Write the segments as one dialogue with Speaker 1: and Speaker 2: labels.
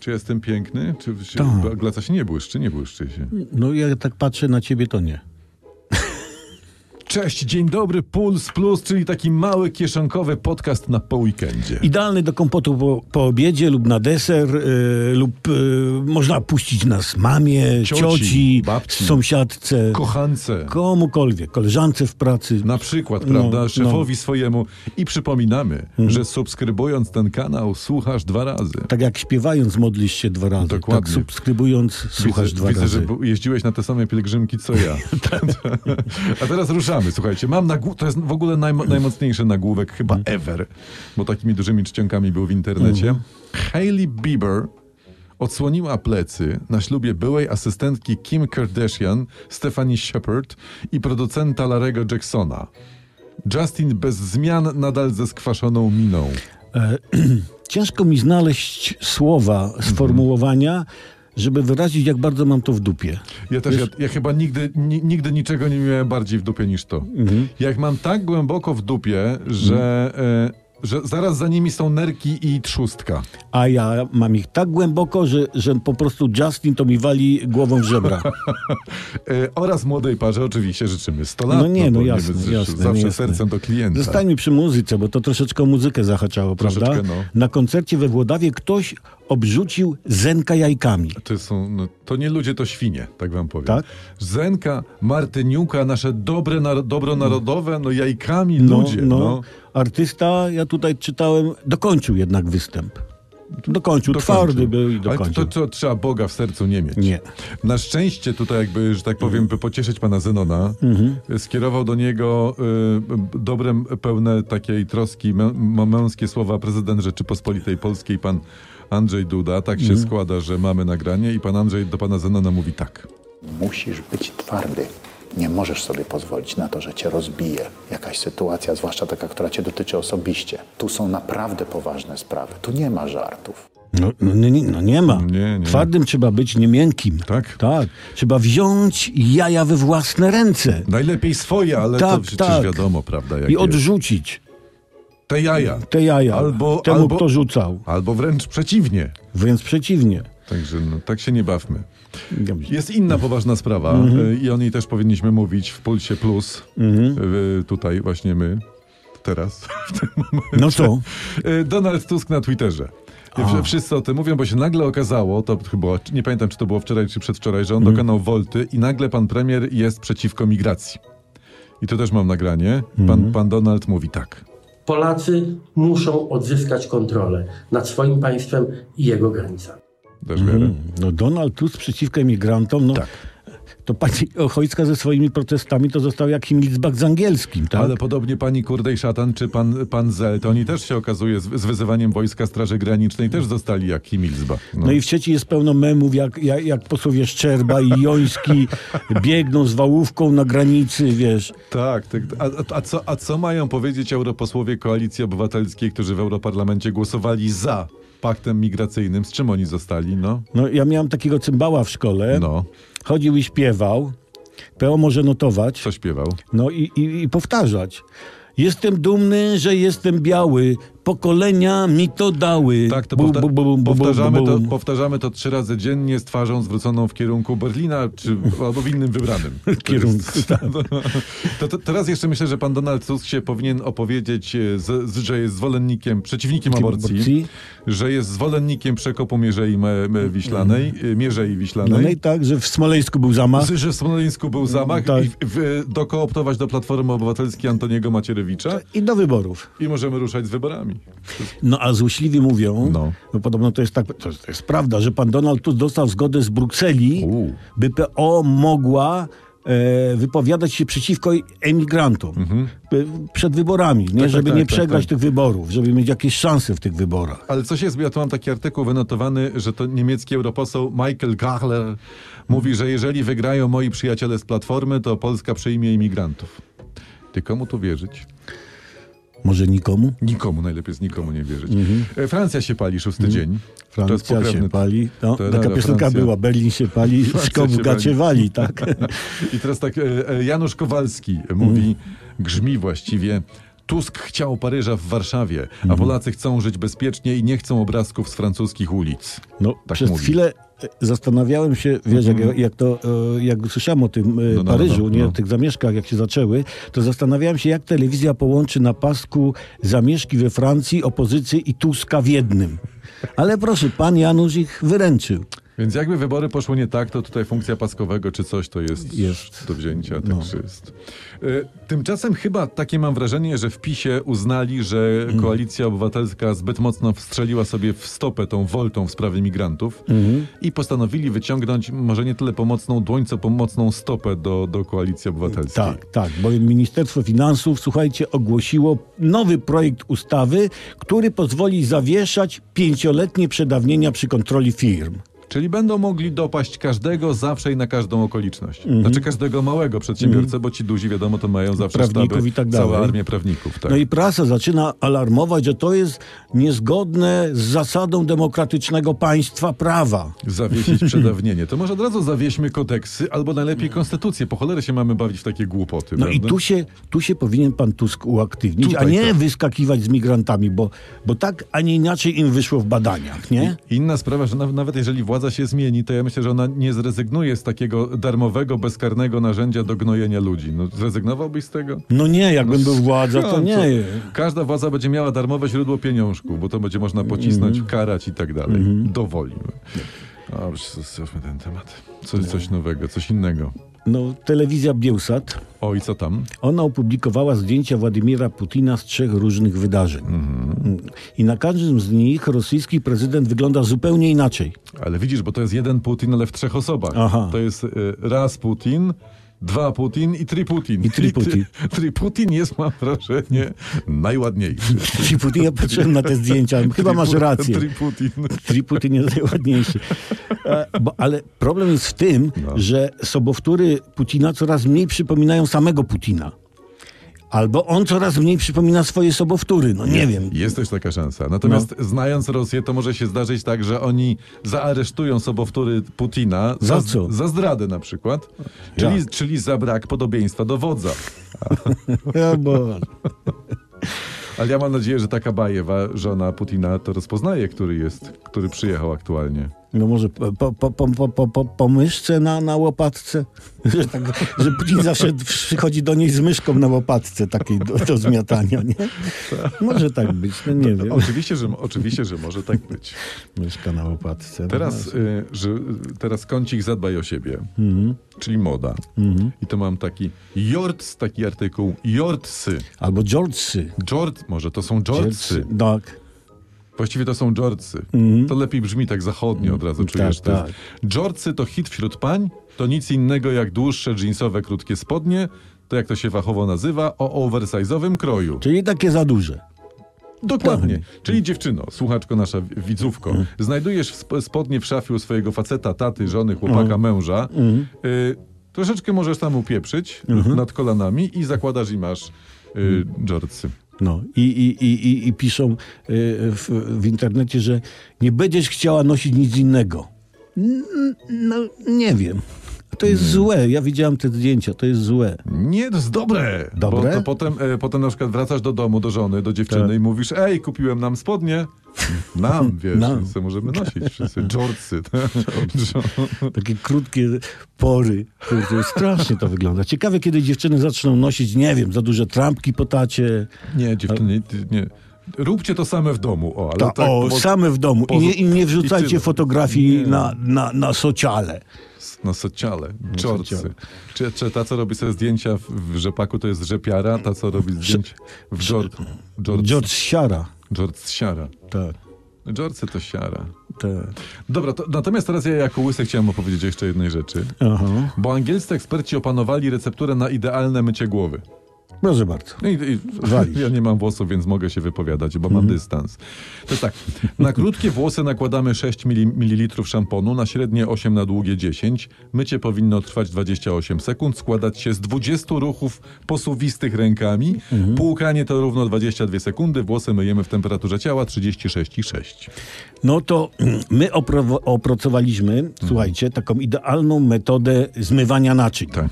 Speaker 1: Czy jestem piękny? Czy się,
Speaker 2: Tak.
Speaker 1: glaca się nie błyszczy? Nie błyszczy się.
Speaker 2: No ja tak patrzę na ciebie, to nie.
Speaker 1: Cześć, dzień dobry, Puls Plus, czyli taki mały, kieszonkowy podcast na po weekendzie.
Speaker 2: Idealny do kompotu po, po obiedzie lub na deser, y, lub y, można puścić nas mamie,
Speaker 1: Cioci,
Speaker 2: cioci,
Speaker 1: babci.
Speaker 2: sąsiadce,
Speaker 1: Kochance.
Speaker 2: komukolwiek, koleżance w pracy.
Speaker 1: Na przykład,
Speaker 2: No,
Speaker 1: prawda,
Speaker 2: no. Mhm.
Speaker 1: szefowi swojemu. I przypominamy, że subskrybując ten kanał, słuchasz dwa razy.
Speaker 2: Tak jak śpiewając modlisz się dwa razy,
Speaker 1: Dokładnie.
Speaker 2: tak subskrybując słuchasz
Speaker 1: widzę,
Speaker 2: dwa
Speaker 1: widzę,
Speaker 2: razy. Tak.
Speaker 1: że bu- jeździłeś na te same pielgrzymki, co ja. A teraz ruszamy, słuchajcie. Mam nagłó- to jest w ogóle najmo- najmocniejszy nagłówek chyba
Speaker 2: Mhm.
Speaker 1: ever, bo takimi dużymi czcionkami był w internecie. Hailey Bieber odsłoniła plecy na ślubie byłej asystentki Kim Kardashian, Stephanie Shepard i producenta Larego Jacksona. Justin bez zmian nadal ze skwaszoną miną.
Speaker 2: E, Ciężko mi znaleźć słowa,
Speaker 1: Mhm.
Speaker 2: sformułowania, żeby wyrazić, jak bardzo mam to w dupie.
Speaker 1: Ja też, ja, ja chyba nigdy, ni, nigdy niczego nie miałem bardziej w dupie niż to.
Speaker 2: Mhm.
Speaker 1: Jak mam tak głęboko w dupie, że, e, że zaraz za nimi są nerki i trzustka.
Speaker 2: A ja mam ich tak głęboko, że, że po prostu Justin to mi wali głową w żebra.
Speaker 1: E, oraz młodej parze oczywiście życzymy 100 lat.
Speaker 2: No nie, no
Speaker 1: bo
Speaker 2: jasne,
Speaker 1: bez-
Speaker 2: jasne, no
Speaker 1: Zawsze
Speaker 2: jasne.
Speaker 1: sercem do klienta.
Speaker 2: Zostańmy przy muzyce, bo to troszeczkę o muzykę zahaczało, prawda?
Speaker 1: Troszeczkę, no.
Speaker 2: Na koncercie we Włodawie ktoś obrzucił Zenka jajkami.
Speaker 1: To, są, no, to nie ludzie, to świnie, tak wam powiem.
Speaker 2: Tak?
Speaker 1: Zenka, Martyniuka, nasze dobre, nar- dobro narodowe, no jajkami ludzie. No,
Speaker 2: Artysta, ja tutaj czytałem, dokończył jednak występ. Dokończył,
Speaker 1: Dokończył.
Speaker 2: twardy był i
Speaker 1: znaczy, Ale
Speaker 2: dokończył.
Speaker 1: to, to trzeba Boga w sercu nie mieć.
Speaker 2: Nie.
Speaker 1: Na szczęście tutaj jakby, że tak powiem, by pocieszyć pana Zenona,
Speaker 2: Mhm.
Speaker 1: skierował do niego y, dobrem pełne takiej troski mę, mę- męskie słowa prezydent Rzeczypospolitej Polskiej, pan Andrzej Duda. Tak się
Speaker 2: Mhm.
Speaker 1: składa, że mamy nagranie i pan Andrzej do pana Zenona mówi tak.
Speaker 3: Musisz być twardy. Nie możesz sobie pozwolić na to, że cię rozbije jakaś sytuacja, zwłaszcza taka, która cię dotyczy osobiście. Tu są naprawdę poważne sprawy. Tu nie ma żartów.
Speaker 2: No, no, nie, no nie ma.
Speaker 1: Nie, nie.
Speaker 2: Twardym trzeba być, nie miękkim.
Speaker 1: Tak?
Speaker 2: Tak. Trzeba wziąć jaja we własne ręce
Speaker 1: Najlepiej swoje, ale to
Speaker 2: Tak,
Speaker 1: przecież
Speaker 2: tak.
Speaker 1: wiadomo, prawda? Jak
Speaker 2: i
Speaker 1: No, jest.
Speaker 2: odrzucić
Speaker 1: Te jaja.
Speaker 2: te jaja
Speaker 1: Albo-
Speaker 2: temu,
Speaker 1: albo-
Speaker 2: kto rzucał.
Speaker 1: Albo wręcz przeciwnie.
Speaker 2: Wręcz przeciwnie.
Speaker 1: Także no, tak się nie bawmy. Jest inna poważna sprawa y, i o niej też powinniśmy mówić w Pulsie Plus. Y, Tutaj właśnie my, teraz.
Speaker 2: No co?
Speaker 1: Y, Donald Tusk na Twitterze. Y, wsz- Wszyscy o tym mówią, bo się nagle okazało, to chyba, nie pamiętam czy to było wczoraj czy przedwczoraj, że on dokonał wolty i nagle pan premier jest przeciwko migracji. I to też mam nagranie. Pan, pan Donald mówi tak.
Speaker 4: Polacy muszą odzyskać kontrolę nad swoim państwem i jego granicami.
Speaker 1: Dasz wiarę?
Speaker 2: No Donald Tusk przeciwko emigrantom,
Speaker 1: Tak.
Speaker 2: no to pani Ochojska ze swoimi protestami to został jak Himmelsbach z angielskim, tak?
Speaker 1: Ale podobnie pani Kurdej Szatan czy pan, pan Zel, to oni też się okazuje z, z wyzywaniem wojska Straży Granicznej też zostali jak Himilzba.
Speaker 2: No i w sieci jest pełno memów, jak, jak, jak posłowie Szczerba i Joński biegną z wałówką na granicy, wiesz.
Speaker 1: Tak, tak. A, a, a, co, a co mają powiedzieć europosłowie Koalicji Obywatelskiej, którzy w Europarlamencie głosowali za paktem migracyjnym? Z czym oni zostali? No,
Speaker 2: No ja miałem takiego cymbała w szkole,
Speaker 1: no.
Speaker 2: chodził i śpiewał, PO może notować,
Speaker 1: Co śpiewał?
Speaker 2: no i, i, i powtarzać. Jestem dumny, że jestem biały, pokolenia mi to dały.
Speaker 1: Tak, to
Speaker 2: Bum,
Speaker 1: powta-
Speaker 2: bum, bum, bum, bum,
Speaker 1: powtarzamy, to,
Speaker 2: bum.
Speaker 1: powtarzamy to trzy razy dziennie z twarzą zwróconą w kierunku Berlina, czy albo w tak. innym wybranym.
Speaker 2: kierunku,
Speaker 1: To, jest- to, to teraz jeszcze myślę, że pan Donald Tusk się powinien opowiedzieć, e, z, z, że jest zwolennikiem, przeciwnikiem aborcji,
Speaker 2: aborcji.
Speaker 1: że jest zwolennikiem przekopu Mierzei Me, Me Wiślanej, e, Mierzei
Speaker 2: No,
Speaker 1: Wiślanej.
Speaker 2: no i tak, że w Smoleńsku był zamach.
Speaker 1: Że w Smoleńsku był zamach
Speaker 2: Tak.
Speaker 1: i w, w, dokooptować do Platformy Obywatelskiej Antoniego Macierewicza
Speaker 2: I do wyborów.
Speaker 1: i możemy ruszać z wyborami.
Speaker 2: No a złośliwi mówią,
Speaker 1: No.
Speaker 2: no. podobno to jest tak, to, to jest prawda, że pan Donald Tusk dostał zgodę z Brukseli,
Speaker 1: U.
Speaker 2: by PO mogła e, wypowiadać się przeciwko emigrantom e, przed wyborami, nie?
Speaker 1: tak,
Speaker 2: żeby
Speaker 1: tak,
Speaker 2: nie
Speaker 1: tak,
Speaker 2: przegrać
Speaker 1: tak.
Speaker 2: tych wyborów, żeby mieć jakieś szanse w tych wyborach.
Speaker 1: Ale co się zbija, tu mam taki artykuł wynotowany, że to niemiecki europoseł Michael Gachler mówi, że jeżeli wygrają moi przyjaciele z Platformy, to Polska przyjmie imigrantów. Ty komu tu wierzyć?
Speaker 2: Może nikomu?
Speaker 1: Nikomu, najlepiej jest nikomu nie wierzyć. E, Francja się pali, szósty dzień. To jest
Speaker 2: Mhm. Francja
Speaker 1: pokrewny-
Speaker 2: się pali. No,
Speaker 1: Terror,
Speaker 2: taka piosenka
Speaker 1: Francja.
Speaker 2: była, Berlin się pali,
Speaker 1: Francja
Speaker 2: szkop
Speaker 1: się
Speaker 2: w gacie wali, tak?
Speaker 1: I teraz tak, e, e, Janusz Kowalski mówi, grzmi właściwie, Tusk chciał Paryża w Warszawie, a Polacy chcą żyć bezpiecznie i nie chcą obrazków z francuskich ulic.
Speaker 2: No,
Speaker 1: Tak
Speaker 2: przez
Speaker 1: mówi. Mhm.
Speaker 2: chwilę e, zastanawiałem się, wiesz, jak, jak to, e, jak słyszałem o tym e,
Speaker 1: No, no,
Speaker 2: Paryżu,
Speaker 1: no,
Speaker 2: nie,
Speaker 1: no.
Speaker 2: tych zamieszkach, jak się zaczęły, to zastanawiałem się, jak telewizja połączy na pasku zamieszki we Francji, opozycji i Tuska w jednym. Ale proszę, pan Janusz ich wyręczył.
Speaker 1: Więc jakby wybory poszły nie tak, to tutaj funkcja paskowego czy coś to jest, do wzięcia,
Speaker 2: No.
Speaker 1: także jest. E, Tymczasem chyba takie mam wrażenie, że w PiSie uznali, że
Speaker 2: Mhm.
Speaker 1: koalicja obywatelska zbyt mocno wstrzeliła sobie w stopę tą woltą w sprawie migrantów
Speaker 2: Mhm.
Speaker 1: i postanowili wyciągnąć może nie tyle pomocną dłoń, co pomocną stopę do, do koalicji obywatelskiej.
Speaker 2: Tak, tak, bowiem Ministerstwo Finansów, słuchajcie, ogłosiło nowy projekt ustawy, który pozwoli zawieszać pięcioletnie przedawnienia przy kontroli firm.
Speaker 1: Czyli będą mogli dopaść każdego zawsze i na każdą okoliczność.
Speaker 2: Mhm.
Speaker 1: Znaczy każdego małego przedsiębiorcę, bo ci duzi wiadomo to mają zawsze
Speaker 2: Prawników
Speaker 1: sztaby,
Speaker 2: i tak dalej.
Speaker 1: całą armię prawników. Tak.
Speaker 2: No i prasa zaczyna alarmować, że to jest niezgodne z zasadą demokratycznego państwa prawa.
Speaker 1: Zawiesić przedawnienie. To może od razu zawieśmy kodeksy, albo najlepiej konstytucję. Po cholerę się mamy bawić w takie głupoty.
Speaker 2: No i
Speaker 1: prawda?
Speaker 2: tu się, tu się powinien pan Tusk uaktywnić,
Speaker 1: Tutaj
Speaker 2: a nie
Speaker 1: tak.
Speaker 2: wyskakiwać z migrantami, bo, bo tak, a nie inaczej im wyszło w badaniach, nie?
Speaker 1: Inna sprawa, że naw- nawet jeżeli władza się zmieni, to ja myślę, że ona nie zrezygnuje z takiego darmowego, bezkarnego narzędzia do gnojenia ludzi. No, zrezygnowałbyś z tego?
Speaker 2: No nie, jakbym był władza, to
Speaker 1: Skąd?
Speaker 2: nie.
Speaker 1: Każda władza będzie miała darmowe źródło pieniążków, bo to będzie można pocisnąć,
Speaker 2: Mhm.
Speaker 1: karać i tak dalej. Dowolimy. Dobrze, zostawmy ten temat. Co, coś nowego, coś innego.
Speaker 2: No, telewizja Biełsat,
Speaker 1: O i co tam?
Speaker 2: ona opublikowała zdjęcia Władimira Putina z trzech różnych wydarzeń.
Speaker 1: Mhm.
Speaker 2: I na każdym z nich rosyjski prezydent wygląda zupełnie inaczej.
Speaker 1: Ale widzisz, bo to jest jeden Putin, ale w trzech osobach.
Speaker 2: Aha.
Speaker 1: To jest y, raz Putin, dwa Putin i tri Putin.
Speaker 2: I tri Putin.
Speaker 1: I tri- tri Putin jest, mam wrażenie, najładniejszy.
Speaker 2: Ci Putin, ja patrzyłem na te zdjęcia, chyba
Speaker 1: Tri
Speaker 2: masz
Speaker 1: Pu-
Speaker 2: rację.
Speaker 1: Tri Putin.
Speaker 2: Triputin jest najładniejszy. E, Bo, ale problem jest w tym, że sobowtóry Putina coraz mniej przypominają samego Putina. Albo on coraz mniej przypomina swoje sobowtóry. No nie wiem.
Speaker 1: Jest też taka szansa. Natomiast
Speaker 2: No.
Speaker 1: znając Rosję, to może się zdarzyć tak, że oni zaaresztują sobowtóry Putina
Speaker 2: Za co?
Speaker 1: za zdradę na przykład, czyli, czyli za brak podobieństwa do wodza.
Speaker 2: Ja bo...
Speaker 1: Ale ja mam nadzieję, że taka Bajewa, żona Putina, to rozpoznaje, który jest, który przyjechał aktualnie.
Speaker 2: No może po, po, po, po, po, po, po myszce na, na łopatce? Że, tak, że Putin zawsze przychodzi do niej z myszką na łopatce takiej do, do zmiatania, nie? Może tak być, no nie wiem.
Speaker 1: Oczywiście, że, oczywiście, że może tak być.
Speaker 2: Myszka na łopatce. no.
Speaker 1: Teraz, y, że, y, teraz kącik zadbaj o siebie,
Speaker 2: Mhm.
Speaker 1: czyli moda. I to mam taki jorts, taki artykuł, jortsy.
Speaker 2: Albo Georgesy.
Speaker 1: Jort może, to są jortsy.
Speaker 2: Tak.
Speaker 1: Właściwie to są jortsy. To lepiej brzmi tak zachodnio od razu, czujesz
Speaker 2: Mhm. tak,
Speaker 1: to jest-
Speaker 2: tak.
Speaker 1: Jortsy to hit wśród pań, to nic innego jak dłuższe jeansowe krótkie spodnie, to jak to się fachowo nazywa, o oversize'owym kroju.
Speaker 2: Czyli takie za duże.
Speaker 1: Dokładnie. Czyli dziewczyno, słuchaczko nasza, w- widzówko,
Speaker 2: Mhm.
Speaker 1: znajdujesz sp- spodnie w szafie u swojego faceta, taty, żony,
Speaker 2: Mhm.
Speaker 1: chłopaka, męża. Y, troszeczkę możesz tam upieprzyć
Speaker 2: Mhm.
Speaker 1: nad kolanami i zakładasz i masz y, dżorcy.
Speaker 2: No i, i, i, i, i piszą y, w, w internecie, że nie będziesz chciała nosić nic innego. N- No nie wiem. To jest złe. Ja widziałem te zdjęcia. To jest złe.
Speaker 1: Nie, to jest dobre.
Speaker 2: Dobre?
Speaker 1: Bo to potem, e, potem na przykład wracasz do domu, do żony, do dziewczyny
Speaker 2: Tak.
Speaker 1: i mówisz, ej, kupiłem nam spodnie. Nam, wiesz,
Speaker 2: Nam.
Speaker 1: co możemy nosić wszyscy. tak? Dżorcy.
Speaker 2: Takie krótkie pory. Kurde, strasznie to wygląda. Ciekawe, kiedy dziewczyny zaczną nosić, nie wiem, za duże trampki po tacie.
Speaker 1: nie, dziewczyny, nie. Róbcie to same w domu. O, ale
Speaker 2: Ta,
Speaker 1: tak,
Speaker 2: o,
Speaker 1: bo-
Speaker 2: same w domu. I nie, i nie
Speaker 1: I
Speaker 2: wrzucajcie
Speaker 1: tyle.
Speaker 2: fotografii
Speaker 1: Nie.
Speaker 2: na, na, na sociale.
Speaker 1: Na sociale, czorcy.
Speaker 2: sociale.
Speaker 1: no, Czy, czy ta, co robi sobie zdjęcia w, w rzepaku, to jest rzepiara, ta, co robi zdjęcia w żort, żort,
Speaker 2: George Siara.
Speaker 1: żort siara.
Speaker 2: Tak,
Speaker 1: Żorcy to siara.
Speaker 2: tak.
Speaker 1: Dobra, to, natomiast teraz ja jako łysy chciałem opowiedzieć jeszcze jednej rzeczy.
Speaker 2: Aha.
Speaker 1: Bo angielscy eksperci opanowali recepturę na idealne mycie głowy.
Speaker 2: Proszę bardzo.
Speaker 1: No i, i,
Speaker 2: Walisz. Mhm.
Speaker 1: ja nie mam włosów, więc mogę się wypowiadać, bo mam dystans. To jest tak, na krótkie włosy nakładamy 6 ml szamponu, na średnie 8, na długie 10. Mycie powinno trwać 28 sekund, składać się z 20 ruchów posuwistych rękami.
Speaker 2: Mhm.
Speaker 1: Płukanie to równo 22 sekundy, włosy myjemy w temperaturze ciała 36,6.
Speaker 2: No to my opro- opracowaliśmy, słuchajcie, taką idealną metodę zmywania naczyń.
Speaker 1: Tak.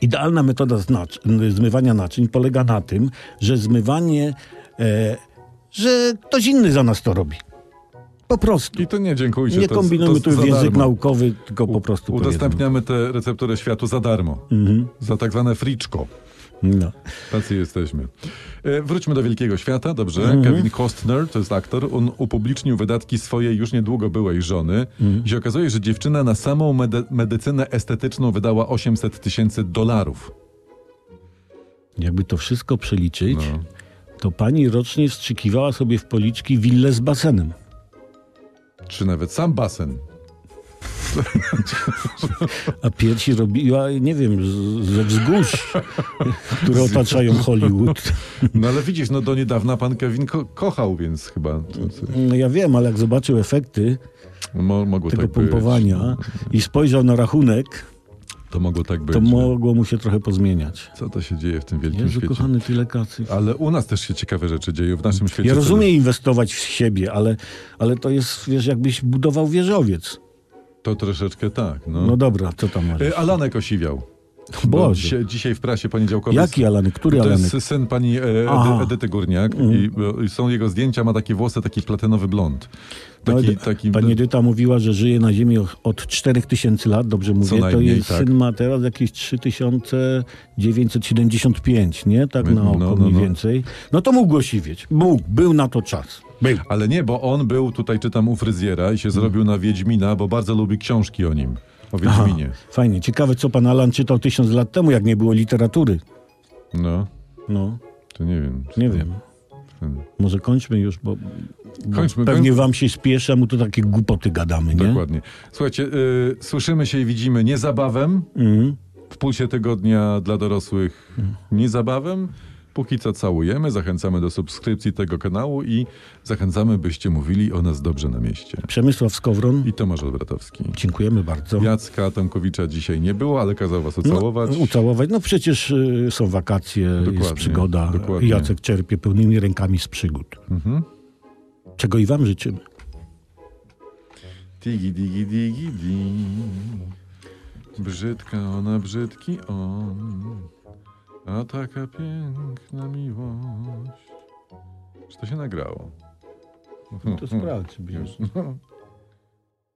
Speaker 2: Idealna metoda znacz- zmywania naczyń polega na tym, że zmywanie, e, że ktoś inny za nas to robi. Po prostu.
Speaker 1: I to nie, dziękujcie.
Speaker 2: Nie
Speaker 1: to- to
Speaker 2: kombinujmy tu
Speaker 1: za
Speaker 2: w język
Speaker 1: darmo.
Speaker 2: naukowy, tylko po prostu Mhm.
Speaker 1: Udostępniamy tę recepturę światu za darmo. Za tak zwane friczko.
Speaker 2: powiedzmy. No.
Speaker 1: Tacy jesteśmy. E, wróćmy do wielkiego świata, dobrze?
Speaker 2: Mhm.
Speaker 1: Kevin Costner, to jest aktor, on upublicznił wydatki swojej już niedługo byłej żony
Speaker 2: Mhm.
Speaker 1: i się okazuje, że dziewczyna na samą mede- medycynę estetyczną wydała 800 tysięcy dolarów.
Speaker 2: Jakby to wszystko przeliczyć,
Speaker 1: No.
Speaker 2: to pani rocznie wstrzykiwała sobie w policzki willę z basenem.
Speaker 1: Czy nawet sam basen.
Speaker 2: A piersi robiła, nie wiem, z- ze wzgórz, które otaczają Hollywood.
Speaker 1: No ale widzisz, no do niedawna pan Kevin ko- kochał, więc chyba to, to,
Speaker 2: No ja wiem, ale jak zobaczył efekty
Speaker 1: mo- mogło
Speaker 2: tego
Speaker 1: tak
Speaker 2: pompowania
Speaker 1: być.
Speaker 2: i spojrzał na rachunek,
Speaker 1: To mogło tak być.
Speaker 2: to mogło mu się trochę pozmieniać.
Speaker 1: Co to się dzieje w tym wielkim
Speaker 2: Jezu
Speaker 1: świecie?
Speaker 2: kochany, tyle kasy.
Speaker 1: Ale u nas też się ciekawe rzeczy dzieją w naszym świecie.
Speaker 2: Ja
Speaker 1: to-
Speaker 2: rozumiem inwestować w siebie, ale, ale to jest, wiesz, jakbyś budował wieżowiec.
Speaker 1: To troszeczkę tak. No.
Speaker 2: No dobra, co tam masz?
Speaker 1: Y, Alanek osiwiał. Bo
Speaker 2: Boże.
Speaker 1: dzisiaj, dzisiaj w prasie poniedziałkowej.
Speaker 2: Jaki Alanek? Który
Speaker 1: To
Speaker 2: Alanek?
Speaker 1: jest syn pani e, Edy,
Speaker 2: Aha. Mhm.
Speaker 1: Edyty Górniak i, i są jego zdjęcia, ma takie włosy, taki platenowy blond. Taki,
Speaker 2: Nawet
Speaker 1: taki
Speaker 2: Pani Edyta mówiła, że żyje na Ziemi och- od 4000 lat, dobrze mówię. To
Speaker 1: najmniej,
Speaker 2: jej
Speaker 1: tak.
Speaker 2: syn ma teraz jakieś 3975, nie? Tak na
Speaker 1: No,
Speaker 2: oko
Speaker 1: no,
Speaker 2: mniej
Speaker 1: no.
Speaker 2: więcej. No to mógł siwieć. Mógł, był na to czas. Był.
Speaker 1: Ale nie, bo on był tutaj, czytam, u fryzjera i się
Speaker 2: Mhm.
Speaker 1: zrobił na Wiedźmina, bo bardzo lubi książki o nim. O Wiedźminie.
Speaker 2: Fajnie. Ciekawe, co pan Alan czytał tysiąc lat temu, jak nie było literatury.
Speaker 1: No,
Speaker 2: No,
Speaker 1: to nie wiem. czy-
Speaker 2: nie wiem.
Speaker 1: Hmm.
Speaker 2: Może kończmy już, bo, bo
Speaker 1: Kończmy,
Speaker 2: pewnie
Speaker 1: kończmy.
Speaker 2: wam się spieszy, a mu to takie głupoty gadamy, nie?
Speaker 1: Dokładnie. Słuchajcie, y, słyszymy się i widzimy nie zabawem,
Speaker 2: Mhm.
Speaker 1: w pulsie tygodnia dla dorosłych nie zabawem. Póki co całujemy, zachęcamy do subskrypcji tego kanału i zachęcamy, byście mówili o nas dobrze na mieście.
Speaker 2: Przemysław Skowron,
Speaker 1: I Tomasz Obratowski.
Speaker 2: dziękujemy bardzo.
Speaker 1: Jacka Tomkowicza dzisiaj nie było, ale kazał was ucałować.
Speaker 2: No, ucałować. No przecież y, są wakacje, jest
Speaker 1: Dokładnie,
Speaker 2: przygoda.
Speaker 1: dokładnie. Mhm.
Speaker 2: Jacek czerpie pełnymi rękami z przygód. Czego i wam życzymy.
Speaker 1: Digi, digi, digi, di. Brzydka ona, brzydki on. A taka piękna miłość. Czy to się nagrało? Mhm.
Speaker 2: To sprawdź sobie.
Speaker 1: Już.